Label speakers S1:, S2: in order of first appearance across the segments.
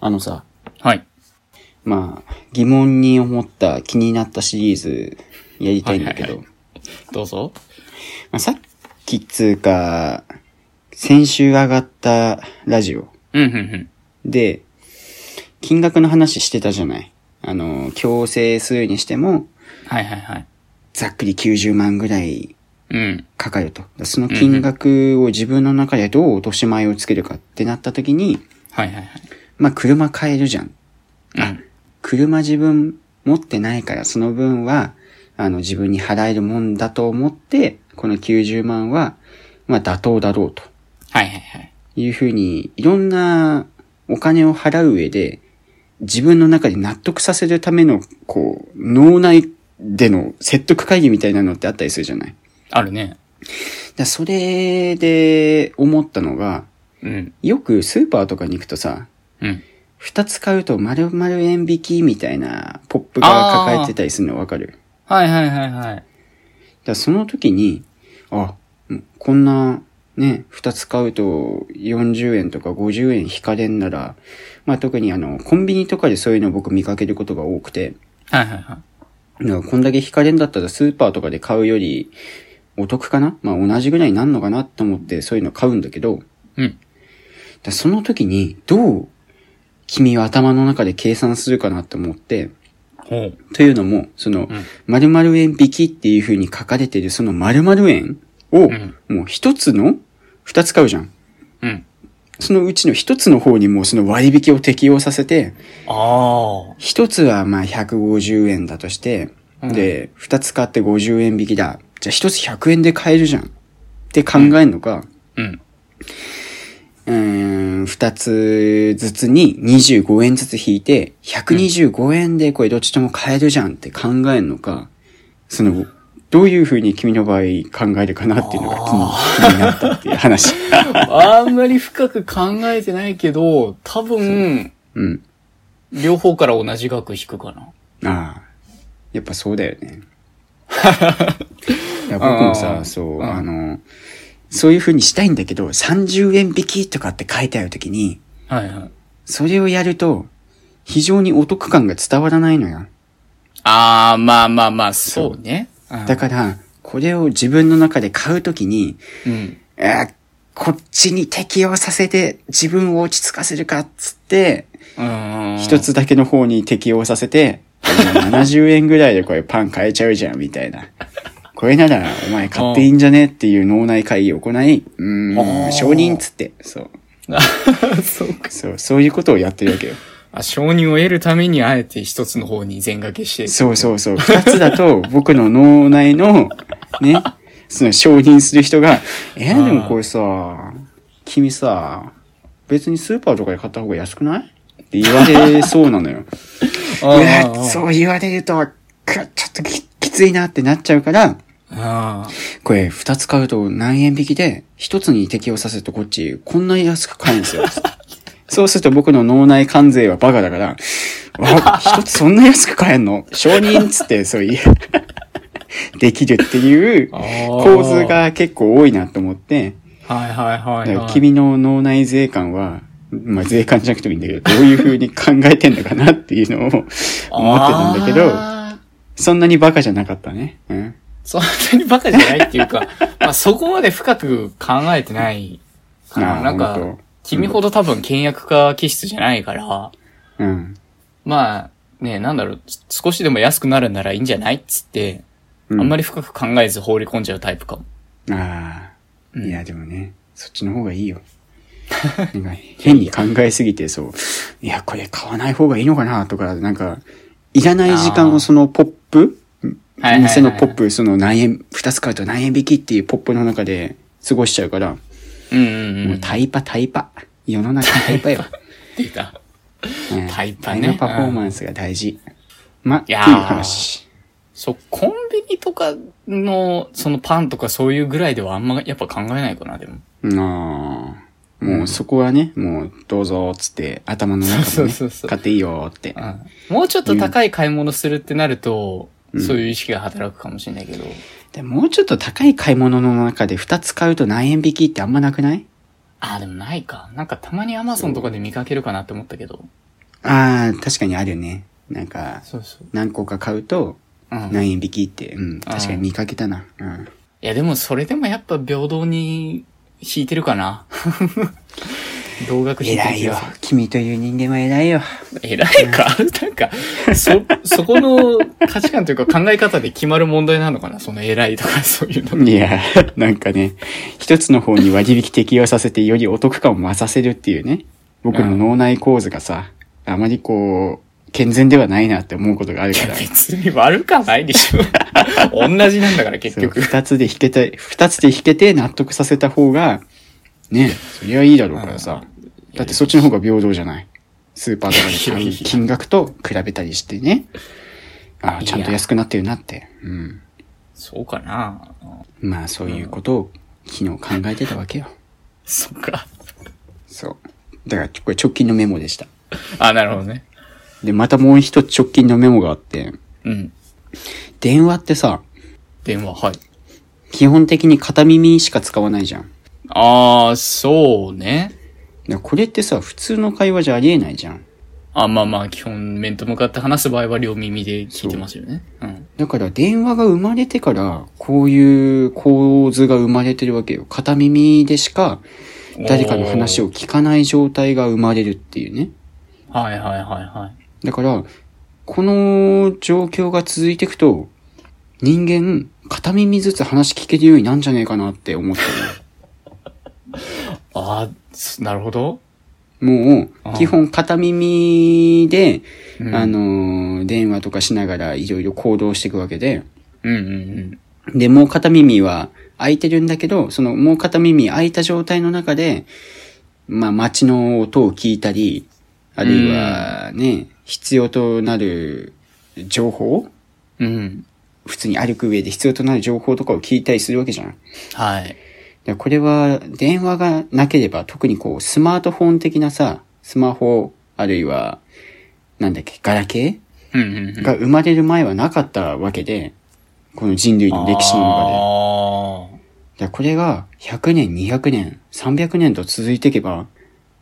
S1: あのさ、
S2: はい。
S1: まあ、疑問に思った気になったシリーズやりたいんだけ
S2: はい
S1: ど、
S2: はいどうぞ。
S1: まあ、さっきっつうか、先週上がったラジオ
S2: うん、うん、うん。
S1: で、金額の話してたじゃないあの、強制数にしても、
S2: はいはいはい。
S1: ざっくり90万ぐらい
S2: うん。
S1: かかると。その金額を自分の中でどう落とし前をつけるかってなった時に、
S2: はいはいはい。
S1: まあ、車買えるじゃん。
S2: うん。
S1: 車自分持ってないから、その分は、あの、自分に払えるもんだと思って、この90万は、まあ、妥当だろうと
S2: はいはいはい。
S1: いうふうに、いろんなお金を払う上で、自分の中で納得させるための、こう、脳内での説得会議みたいなのってあったりするじゃない
S2: あるね。
S1: だそれで思ったのが、
S2: うん。
S1: よくスーパーとかに行くとさ、
S2: うん。
S1: 二つ買うと丸々円引きみたいなポップが抱えてたりするのわかる
S2: はいはいはいは
S1: だ
S2: い。
S1: からその時に、あ、うんこんな、ね、二つ買うと40円とか50円引かれんなら、まあ特にあの、コンビニとかでそういうの僕見かけることが多くて、
S2: はいはいはい。
S1: だからこんだけ引かれんだったらスーパーとかで買うよりお得かなまあ同じぐらいになんのかなと思ってそういうの買うんだけど、
S2: うん。
S1: だからその時にどう君は頭の中で計算するかなって思って、
S2: ほう。
S1: というのも、その、
S2: うん
S1: 〇〇円引きっていう風に書かれているその〇〇円を、
S2: ん
S1: もう一つの、二つ買うじゃん。
S2: うん。
S1: そのうちの一つの方にもうその割引を適用させて、
S2: ああ。
S1: 一つはまあ150円だとして、
S2: うん
S1: で、二つ買って50円引きだ。じゃあ一つ100円で買えるじゃん。って考えるのか、
S2: うん。
S1: うーん、二つずつに25円ずつ引いて、125円でこれどっちとも買えるじゃんって考えるのか、その、どういう風に君の場合考えるかなっていうのが気に気になったっていう 話。
S2: あんまり深く考えてないけど、多分、
S1: うん。
S2: 両方から同じ額引くかな。
S1: ああ。やっぱそうだよね。 いや僕も
S2: あ
S1: さ、
S2: ー
S1: そう、
S2: うん
S1: あの、そういう風にしたいんだけど、30円引きとかって書いてあるときに、
S2: はいはい。
S1: それをやると、非常にお得感が伝わらないのよ。
S2: ああ、まあまあまあ、そうね。
S1: だから、これを自分の中で買うときに、
S2: ら、うん。
S1: あーこっちに適用させて自分を落ち着かせるかっつって、
S2: うん。
S1: 一つだけの方に適用させて、70円ぐらいでこれパン買えちゃうじゃん、みたいな。これならお前買っていいんじゃねっていう脳内会議を行い、うー
S2: あー
S1: ん、承認っつって、そう、
S2: そうか。
S1: そう、そういうことをやってるわけよ。
S2: あ、承認を得るためにあえて一つの方に全掛けして。
S1: そうそうそう。二つだ と、僕の脳内の、ね、その承認する人が、え
S2: うん
S1: でもこれさ、君さ、別にスーパーとかで買った方が安くないって言われそうなのよ。
S2: う
S1: うわ、そう言われると、くちょっとききついなってなっちゃうから、
S2: あ
S1: これ二つ買うと何円引きで、一つに適用させるとこっち、こんな安く買えるん ですよ。そうすると僕の脳内関税はバカだから、わ、一つそんな安く買えんの承認っつって、そういう、 できるっていう
S2: あ
S1: 構図。が結構多いなと思って、
S2: はいはいは
S1: だ
S2: い、
S1: か
S2: は
S1: ら
S2: い。
S1: 君の脳内税関は、まあ税関じゃなくてもいいんだけど、どういう風に考えてんのかなっていうのを思ってたんだけど、
S2: あー
S1: そんなにバカじゃなかったね。うん。
S2: そんなにバカじゃないっていうか、 まあそこまで深く考えてないか
S1: あ
S2: な。
S1: ー
S2: な
S1: 本
S2: んか
S1: 当、
S2: 君ほど多分倹約家気質じゃないから、
S1: うん。
S2: まあ、ねなんだろう、少しでも安くなるならいいんじゃないっつって、あ
S1: うん
S2: んまり深く考えず放り込んじゃうタイプかも。
S1: ああ、
S2: うん
S1: いや、でもね、そっちの方がいい よ。なんか変に考えすぎて、そう、いや、これ買わない方がいいのかなとか、なんか、いらない時間
S2: あー
S1: をそのポップ、
S2: はいはいはいはい
S1: 店のポップ、その何円、二つ買うと何円引きっていうポップの中で過ごしちゃうから、
S2: うんうんう
S1: も
S2: ん
S1: う。タイパタイパ。世の中タイパ よ。
S2: 出た。
S1: うん
S2: タイパね
S1: タイパパフォーマンスが大事。ま、っていう
S2: やー
S1: 話。
S2: そう、コンビニとかの、そのパンとかそういうぐらいではあんまやっぱ考えないかな、でも。
S1: なあ。もうそこはね、もうどうぞっつって頭の中
S2: そう
S1: で、
S2: そう
S1: ね
S2: そう、
S1: 買っていいよって。
S2: もうちょっと高い買い物するってなると、そういう意識が働くかもしれないけど。
S1: でもうちょっと高い買い物の中で2つ買うと何円引きってあんまなくない
S2: ああ、でもないか。なんかたまにアマゾンとかで見かけるかなって思ったけど。
S1: ああ、確かにあるね。なんか、
S2: そうそう。
S1: 何個か買うと、
S2: うん。い
S1: 何円引きって、うん、確かに見かけたな。うん。
S2: や、でもそれでもやっぱ平等に引いてるか な。同額引いて
S1: 偉
S2: る
S1: い
S2: 気
S1: よ
S2: がする。。
S1: 君という人間は偉いよ。
S2: 偉いか なんか、そ、そこの価値観というか考え方で決まる問題なのかなその偉いとかそういうの。
S1: いや、なんかね、一つの方に割引適用させてよりお得感を増させるっていうね、僕の脳内構図がさ、あまりこう、健全ではないなって思うことがあるから。
S2: 別に悪かないで しょ。同じなんだから結
S1: そう
S2: 局。
S1: 二つで引けて、二つで引けて納得させた方が、ね、そりゃいいだろうからさ。だってそっちの方が平等じゃない。スーパーとかで買う金額と比べたりしてね。ああ、ちゃんと安くなってるなって。うん。
S2: そうかな
S1: まあそういうことを昨日考えてたわけよ。
S2: そうか。
S1: そう。だからこれ直近のメモでした。
S2: あ、なるほどね。
S1: で、またもう一つ直近のメモがあって、
S2: うん。
S1: 電話ってさ、
S2: 電話、はい。
S1: 基本的に片耳しか使わないじゃん。だか
S2: あー、そうね。
S1: らこれってさ、普通の会話じゃありえないじゃん。
S2: あ、まあまあ、基本面と向かって話す場合は両耳で聞いてますよね。うん。
S1: だから電話が生まれてから、こういう構図が生まれてるわけよ。片耳でしか誰かの話を聞かない状態が生まれるっていうね。
S2: はいはいはいはい。
S1: だから、この状況が続いていくと、人間、片耳ずつ話聞けるようになんじゃねえかなって思って
S2: あーす、なるほど。
S1: る。も
S2: あ
S1: う、基本片耳で、
S2: うん
S1: あのー、電話とかしながらいろいろ行動していくわけで、
S2: うんうんうん。
S1: で、もう片耳は開いてるんだけど、そのもう片耳開いた状態の中で、まあ街の音を聞いたり、あるいはね、必要となる情報
S2: うん。
S1: 普通に歩く上で必要となる情報とかを聞いたりするわけじゃん。
S2: はい。
S1: でこれは電話がなければ特にこうスマートフォン的なさ、スマホあるいはなんだっけ、ガラケ
S2: うんうんう
S1: ー
S2: ん。
S1: が生まれる前はなかったわけで、この人類の歴史の中で。
S2: 中
S1: で、これが100年、200年、300年と続いていけば、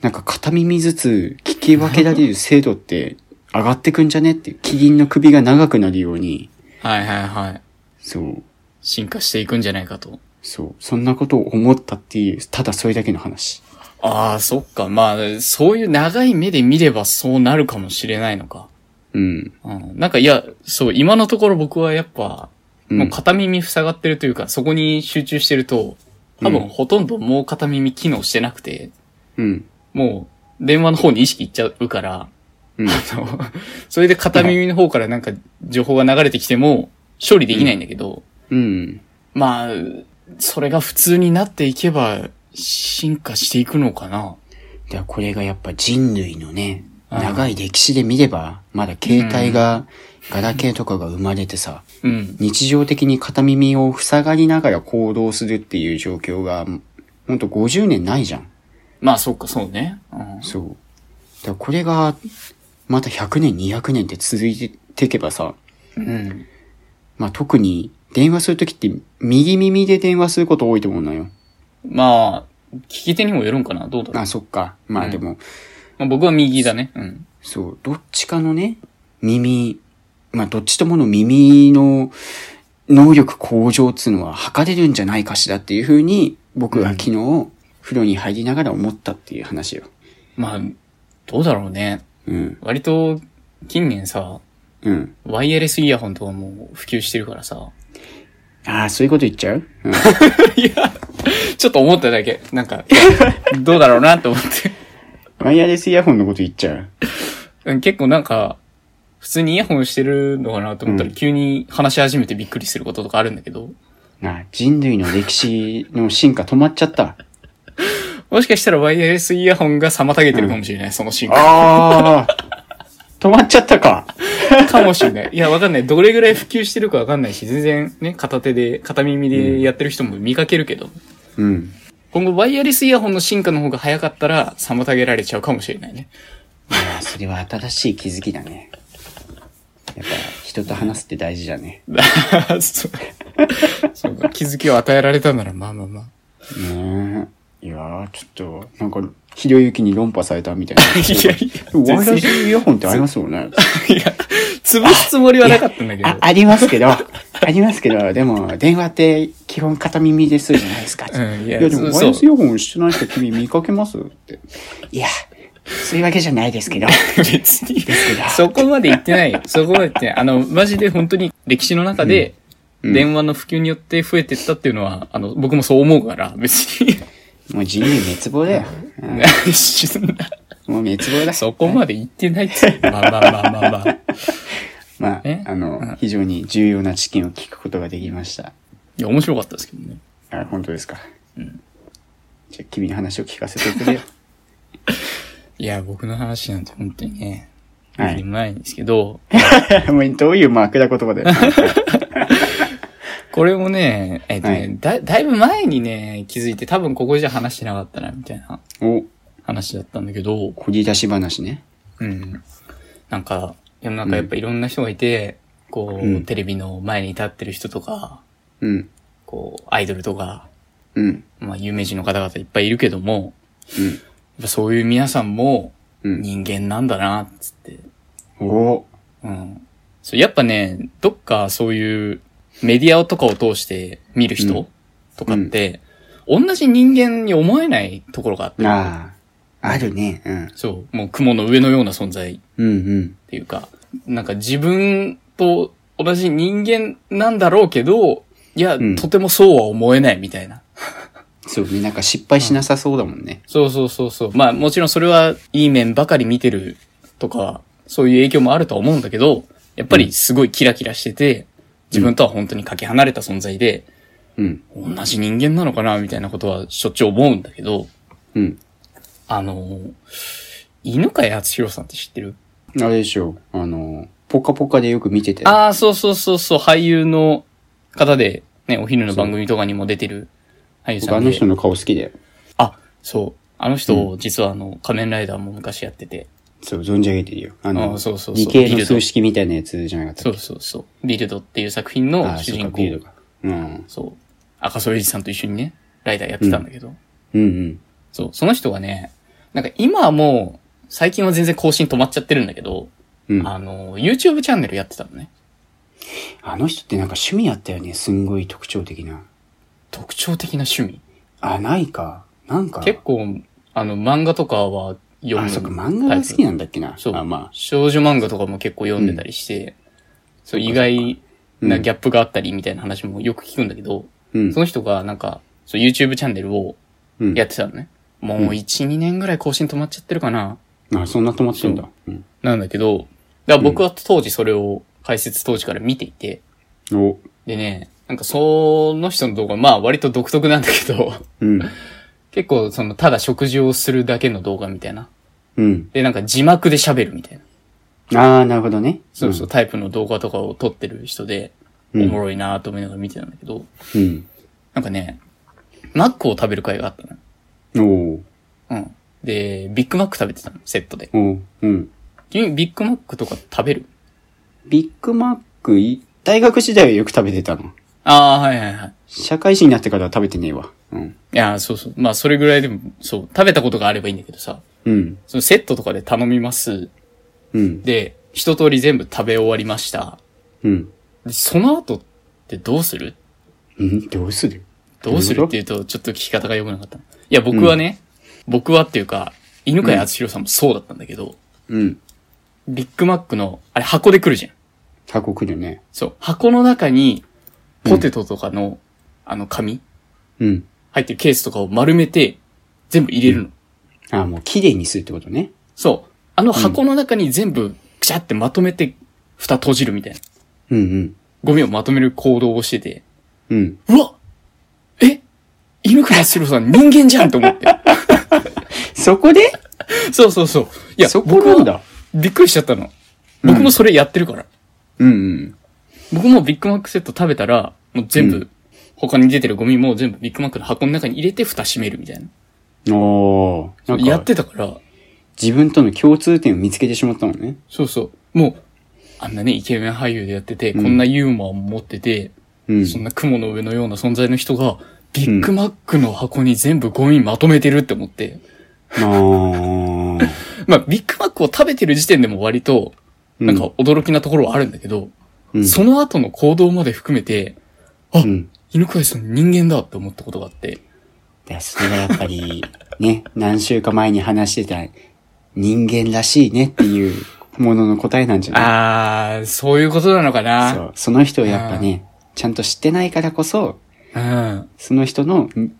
S1: なんか片耳ずつ聞き分けられる精度って上がってくんじゃねっていう、キリンの首が長くなるように、
S2: で。はいはいはい。
S1: そう、
S2: 進化していくんじゃないかと。
S1: そう、そんなことを思ったっていう、ただそれだけの話。
S2: ああ、そっか。まあ、そういう長い目で見ればそうなるかもしれないのか。
S1: うん。
S2: うん。なんか、いや、そう、今のところ僕はやっぱ、
S1: うん
S2: もう片耳塞がってるというか、そこに集中してると、多
S1: うん
S2: 分ほとんどもう片耳機能してなくて、
S1: うん。
S2: もう電話の方に意識いっちゃうから、
S1: うん。
S2: あの それで片耳の方からなんか情報が流れてきても処理できないんだけど、
S1: うん。
S2: まあ、それが普通になっていけば進化していくのかな。
S1: でこれがやっぱ人類のね、
S2: うん
S1: 長い歴史で見れば、まだ携帯が、ガラケーとかが生まれてさ、
S2: うん。
S1: 日常的に片耳を塞がりながら行動するっていう状況が、ほんと50年ないじゃん。
S2: まあ、そっか、そうね。うん
S1: そう。だからこれが、また100年、200年って続いていけばさ、
S2: うん。
S1: まあ、特に電話するときって右耳で電話すること多いと思うのよ。
S2: まあ、聞き手にもよるんかなどうだろう。
S1: あ、そっか。まあでも、
S2: まあ、僕は右だね。うん。
S1: そう、どっちかのね、耳、まあどっちともの耳の能力向上っていうのは測れるんじゃないかしらっていうふうに、僕は昨日、風呂に入りながら思ったっていう話よ。
S2: まあ、どうだろうね。
S1: うん、
S2: 割と、近年さ、
S1: うん。
S2: ワイヤレスイヤホンとかもう普及してるからさ。
S1: ああ、そういうこと言っちゃう、うん、
S2: ちょっと思っただけ。なんか、どうだろうなと思って
S1: ワイヤレスイヤホンのこと言っちゃう。
S2: うん。結構なんか、普通にイヤホンしてるのかなと思ったら、急に話し始めてびっくりすることとかあるんだけど。
S1: あ人類の歴史の進化止まっちゃった。
S2: もしかしたらワイヤレスイヤホンが妨げてるかもしれない、その進化。
S1: ああ 止まっちゃったか。
S2: かもしれない。いや、わかんない。どれぐらい普及してるかわかんないし、全然ね、片手で、片耳でやってる人も見かけるけど、
S1: うん。
S2: 今後ワイヤレスイヤホンの進化の方が早かったら、妨げられちゃうかもしれないね。
S1: いやーそれは新しい気づきだね。やっぱ人と話すって大事だね。
S2: そうそうか気づきを与えられたなら、まあまあまあ。
S1: ねいやー、ちょっと、なんか、ひろゆきに論破された みたいな。
S2: いやいや
S1: でもワイヤレスイヤホンってありますもんね。
S2: いや、潰すつもりはなかったんだけど。
S1: あ、ありますけど、ありますけど、でも、電話って基本片耳でするじゃないですか。
S2: うんい
S1: い
S2: や
S1: や、でも、
S2: そ
S1: ワ
S2: う
S1: イヤレスイヤホンしてない人君見かけますって。いや、そういうわけじゃない ですけど。
S2: 別に、そこまで言ってないよ。そこまで言ってない。あの、マジで本当に歴史の中で、
S1: うん
S2: 電話の普及によって増えてったっていうのは、あの、僕もそう思うから、別に。
S1: もう人類滅亡だよ。うん
S2: そんな
S1: もう滅亡だ。
S2: そこまで言ってないっつうまあまあまあまあまあ。
S1: まあ
S2: え、
S1: あの、非常に重要な知見を聞くことができました。
S2: いや、面白かったですけどね。
S1: あ、本当ですか。
S2: うん
S1: じゃあ、君の話を聞かせてくれよ。
S2: いや、僕の話なんて本当にね、
S1: は
S2: はいい、ないんですけ ど、
S1: もうどういうマークだ言葉で。
S2: これもね、えっ、とね、
S1: はい
S2: だ、だいぶ前にね、気づいて、多分ここじゃ話してなかったな、みたいな
S1: お、
S2: 話だったんだけど、
S1: こぎ出し話ね。
S2: うん。なんか、世の中やっぱいろんな人がいて、こう、
S1: うん
S2: テレビの前に立ってる人とか、
S1: うん、
S2: こう、アイドルとか、
S1: うん、
S2: まあ、有名人の方々いっぱいいるけども、
S1: うん、
S2: やっぱそういう皆さんも
S1: うん。
S2: 人間なんだな、つって。
S1: お、
S2: うん。そう、やっぱね、どっかそういうメディアとかを通して見る
S1: う
S2: 人
S1: ん
S2: とかって、同じ人間に思えないところがあって、
S1: ああ、あるね。うん、
S2: そう、もう雲の上のような存在っ
S1: うん、うん。
S2: ていうか、なんか自分と同じ人間なんだろうけど、いや、
S1: うん
S2: とてもそうは思えないみたいな。
S1: そうね、なんか失敗しなさそうだもんね。
S2: そうそうそうそう。まあもちろんそれはいい面ばかり見てるとか、そういう影響もあるとは思うんだけど、やっぱりすごいキラキラしてて、自分とは本当にかけ離れた存在で、
S1: うん、
S2: 同じ人間なのかなみたいなことはしょっちゅう思うんだけど、
S1: うん。
S2: あの、犬飼敦弘さんって知ってる
S1: あれでしょう、あの、ポカポカでよく見てて。
S2: ああ、そうそうそうそう、俳優の方で、ね、お昼の番組とかにも出てる俳優
S1: 僕
S2: さ
S1: あ
S2: ん
S1: の
S2: で。
S1: 人の顔好きだよ。
S2: あ、そう。あの人、実はあの、仮面ライダーも昔やってて。
S1: そう、存じ上げてるよ。あの、
S2: あそうそうそ
S1: 理
S2: う
S1: 系の数式みたいなやつじゃなかった
S2: そ
S1: っ
S2: う
S1: け
S2: そうそう。ビルドっていう作品の
S1: ああ、
S2: 主
S1: そうか、
S2: 人公
S1: ビ。ルドか。うん、
S2: そう。赤楚衛二さんと一緒にね、ライダーやってたんだけど。
S1: うん、うん。
S2: そう。その人がね、なんか今はもう、最近は全然更新止まっちゃってるんだけど、
S1: うん、
S2: あの、YouTube チャンネルやってたのね。
S1: あの人ってなんか趣味あったよね。すんごい特徴的な。
S2: 特徴的な趣味。
S1: あ、ないか。なんか。
S2: 結構、あの、漫画とかは読む。
S1: あ、そっか、漫画が好きなんだっけな。
S2: そう
S1: あ、ま
S2: 少女漫画とかも結構読んでたりして、そう、意外なギャップがあったりみたいな話もよく聞くんだけど、
S1: あ。うん
S2: そ。の人がなんか、そう、YouTube チャンネルを
S1: うん。
S2: やってたのね。もう1、2年ぐらい更新止まっちゃってるかな。
S1: あ、そんな止まってんだ。うん。
S2: なんだけど、だから僕は当時それを解説当時から見ていて、
S1: お。
S2: でね、なんかその人の動画、まあ割と独特なんだけど、
S1: うん。
S2: 結構そのただ食事をするだけの動画みたいな。
S1: うん。
S2: で、なんか字幕で喋るみたいな。
S1: ああ、なるほどね。
S2: そうそう、タイプの動画とかを撮ってる人で、
S1: うん
S2: おもろいなと思いながら見てたんだけど、
S1: うん。
S2: なんかね、マックを食べる会があったの。
S1: うん。おー
S2: うん。で、ビッグマック食べてたの、セットで。
S1: おーうん。
S2: 君、ビッグマックとか食べる
S1: ビッグマックい、大学時代はよく食べてたの。
S2: ああ、はいはいはい。
S1: 社会人になってからは食べてねえわ。うん。
S2: いやー、そうそう。まあ、それぐらいでも、そう、食べたことがあればいいんだけどさ、
S1: うん。
S2: そのセットとかで頼みます。
S1: うん。
S2: で、一通り全部食べ終わりました。
S1: うん。
S2: でその後ってどうする
S1: うん。どうする
S2: どうするっていうと、ちょっと聞き方が良くなかった。いや、僕はね、僕はっていうか、犬飼敦弘さんもそうだったんだけど、
S1: うん。
S2: ビッグマックの、あれ箱で来るじゃん。
S1: 箱来るね。
S2: そう。箱の中に、ポテトとかの、あの、紙
S1: うん。
S2: 入ってるケースとかを丸めて、全部入れるの。
S1: あーもう綺麗にするってことね。
S2: そう。あの箱の中に全部、くしゃってまとめて、蓋閉じるみたいな。
S1: うんうん。
S2: ゴミをまとめる行動をしてて、
S1: うん。
S2: うわえ犬倉四郎さん人間じゃんと思って。
S1: そこで
S2: そうそうそう。いや、
S1: そこなんだ
S2: 僕はびっくりしちゃったの。僕もそれやってるから。
S1: うんうん。
S2: 僕もビッグマックセット食べたら、もう全部、
S1: う
S2: 他に出てるゴミも全部ビッグマックの箱の中に入れて蓋閉めるみたいな。
S1: おー。なんか
S2: やってたから、
S1: 自分との共通点を見つけてしまったのね。
S2: そうそう。もう、あんなね、イケメン俳優でやってて、こんなユーモアも持ってて、
S1: うん。
S2: そんな雲の上のような存在の人が、ビッグマックの箱に全部ゴミまとめてるって思って。
S1: あー。
S2: まあ、ビッグマックを食べてる時点でも割と、なんか驚きなところはあるんだけど、
S1: うん
S2: その後の行動まで含めて、あ、
S1: うん。
S2: 犬飼さん人間だって思ったことがあって。
S1: で、それがやっぱり、ね、何週か前に話してた、人間らしいねっていうものの答えなんじゃない
S2: あー、そういうことなのか
S1: そ
S2: な。
S1: う。その人をやっぱね、ちゃんと知ってないからこそ、
S2: うん。
S1: その人の、ん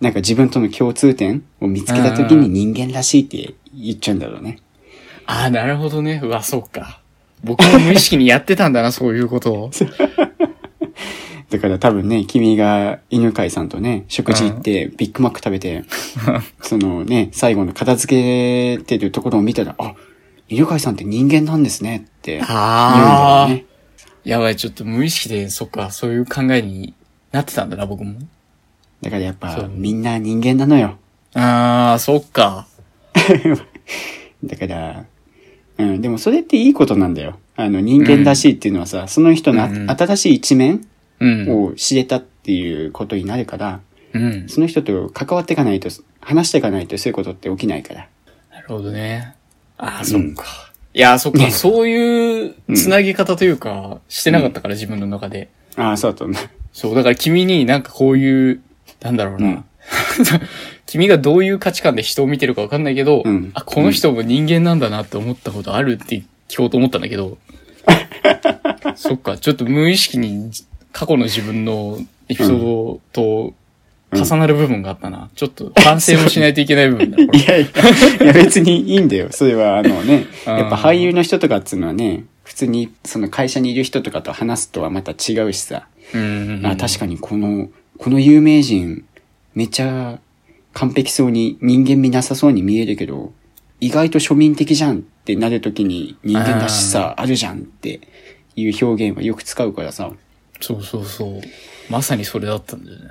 S1: なんか自分との共通点を見つけたときに人間らしいって言っちゃうんだろうね。
S2: あー、なるほどね。うわ、そうか。僕も無意識にやってたん だな、そういうことを。
S1: だから多分ね、君が犬飼さんとね、食事行ってビッグマック食べて、 そのね、最後の片付けてるところを見たら、あ、犬飼さんって人間なんですねって言うんだ
S2: あ
S1: よ
S2: ー
S1: ね。
S2: やばい、ちょっと無意識で、そっか、そういう考えになってたんだな、僕も。
S1: だからやっぱ
S2: そう
S1: みんな人間なのよ。
S2: あー、そっか。
S1: だから、うん、でもそれっていいことなんだよ。あの人間らしいっていうのはさ、その人のあ
S2: うんうん
S1: 新しい一面
S2: うん。
S1: を知れたっていうことになるから、
S2: うん。
S1: その人と関わっていかないと、話していかないとそういうことって起きないから。
S2: なるほどね。ああ、そっか。いやー、そっか。そういう繋ぎ方というか、してなかったから、自分の中で。
S1: ああ、そうだと思う。
S2: そう、だから君になんかこういう、なんだろうな。
S1: うん
S2: 君がどういう価値観で人を見てるかわかんないけど、
S1: うん
S2: あ、この人も人間なんだなって思ったことあるって聞こうと思ったんだ けど。そっか、ちょっと無意識に過去の自分のエピソードと重なる部分があったな。ちょっと反省もしないといけない部 分だ。これ
S1: いやいや、いや別にいいんだ よ。それはあのね、
S2: うん
S1: やっぱ俳優の人とかっていうのはね、普通にその会社にいる人とかと話すとはまた違うしさ。
S2: うん。
S1: あ確かにこの、この有名人、めっちゃ完璧そうに人間味なさそうに見えるけど、意外と庶民的じゃんってなるときに人間らしさあるじゃんっていう表現はよく使うからさ。
S2: そうそうそう。まさにそれだったんだよね。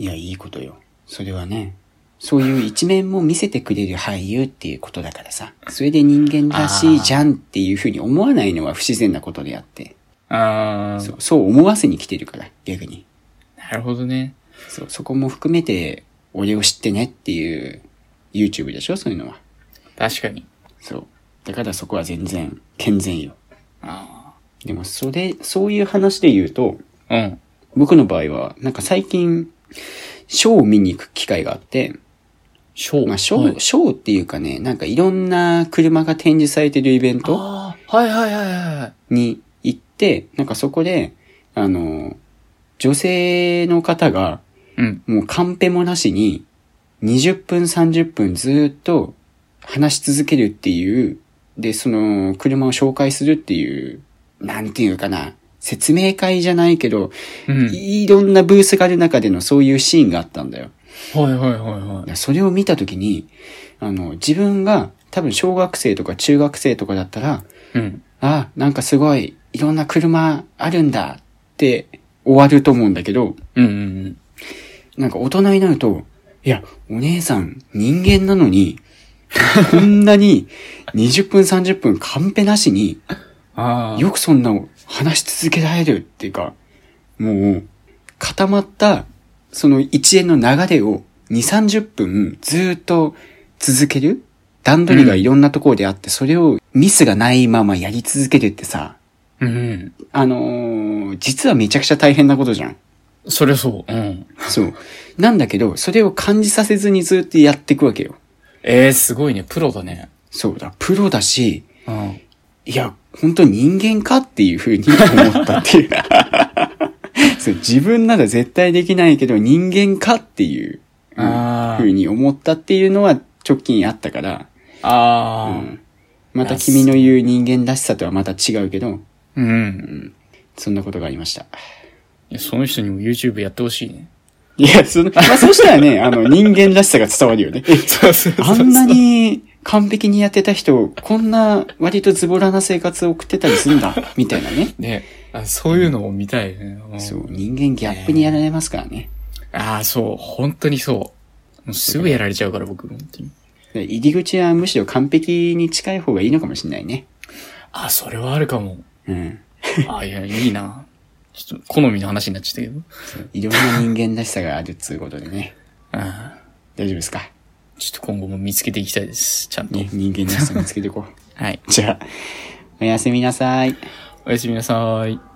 S1: いや、いいことよ。それはね、そういう一面も見せてくれる俳優っていうことだからさ、それで人間らしいじゃんっていうふうに思わないのは不自然なことであって、
S2: あ
S1: そうそう思わせに来てるから、逆に。
S2: あ、なるほどね。
S1: そう、そこも含めて、俺を知ってねっていう YouTube でしょ、そういうのは。
S2: 確かに。
S1: そう。だからそこは全然、健全よ。
S2: あ
S1: でも、それ、そういう話で言うと、
S2: あ。うん。
S1: 僕の場合は、なんか最近、ショーを見に行く機会があって、
S2: ショー。
S1: まあ、ショ
S2: はい
S1: ー、ショーっていうかね、なんかいろんな車が展示されてるイベント
S2: ああ、はいはいはいはい。
S1: に行って、なんかそこで、あの、女性の方が、
S2: うん。
S1: もうカンペもなしに、20分30分ずーっと話し続けるっていう、で、その、車を紹介するっていう、なんていうかな、説明会じゃないけど、
S2: うん。
S1: いろんなブースがある中でのそういうシーンがあったんだよ。
S2: はいはいはいはい
S1: やそれを見たときに、あの、自分が多分小学生とか中学生とかだったら、
S2: い。うん。
S1: あ、なんかすごい、いろんな車あるんだって終わると思うんだけど、
S2: うんうん
S1: なんか大人になると、いや、お姉さん人間なのに、こんなに20分30分カンペなしに、
S2: うん。ああ。
S1: よくそんな話し続けられるっていうか、もう、固まった、その一円の流れを2、30分ずーっと続ける段取りがいろんなところであって、それをミスがないままやり続けるってさ、
S2: うんうん。
S1: あのー実はめちゃくちゃ大変なことじゃん。
S2: そりゃそう。うん。
S1: そう。なんだけど、それを感じさせずにずーっとやっていくわけよ。
S2: ええすごいね。プロだね。
S1: そうだ、プロだし、
S2: うん。
S1: いや、本当に人間かっていうふうに思ったっていう。 そう自分なら絶対できないけど人間かっていう
S2: あー
S1: ふうに思ったっていうのは直近あったから、う
S2: あ
S1: ん、また君の言う人間らしさとはまた違うけど、
S2: あ。うん。
S1: そんなことがありました。
S2: いやその人にも YouTube やってほしいね。
S1: いや、その、まあ、そうしたらね、あの、人間らしさが伝わるよね。
S2: そう そう
S1: あんなに完璧にやってた人、こんな割とズボラな生活を送ってたりするんだ、みたいなね。
S2: ね。あそういうのを見たいね。うん
S1: そう、人間ギャップにやられますからね。
S2: ああ、そう。本当にそう。もうすぐやられちゃうから、僕、本当に。
S1: 入り口はむしろ完璧に近い方がいいのかもしれないね。
S2: あ、それはあるかも。
S1: うん。
S2: あ、いや、いいな。ちょっと好みの話になっちゃったけど。
S1: いろんな人間らしさがあるっつうことでね。
S2: ああ
S1: 大丈夫ですか
S2: ちょっと今後も見つけていきたいです。ちゃんと。
S1: ね、人間らしさ見つけていこう。
S2: はい。
S1: じゃあ、おやすみなさい。
S2: おやすみなさい。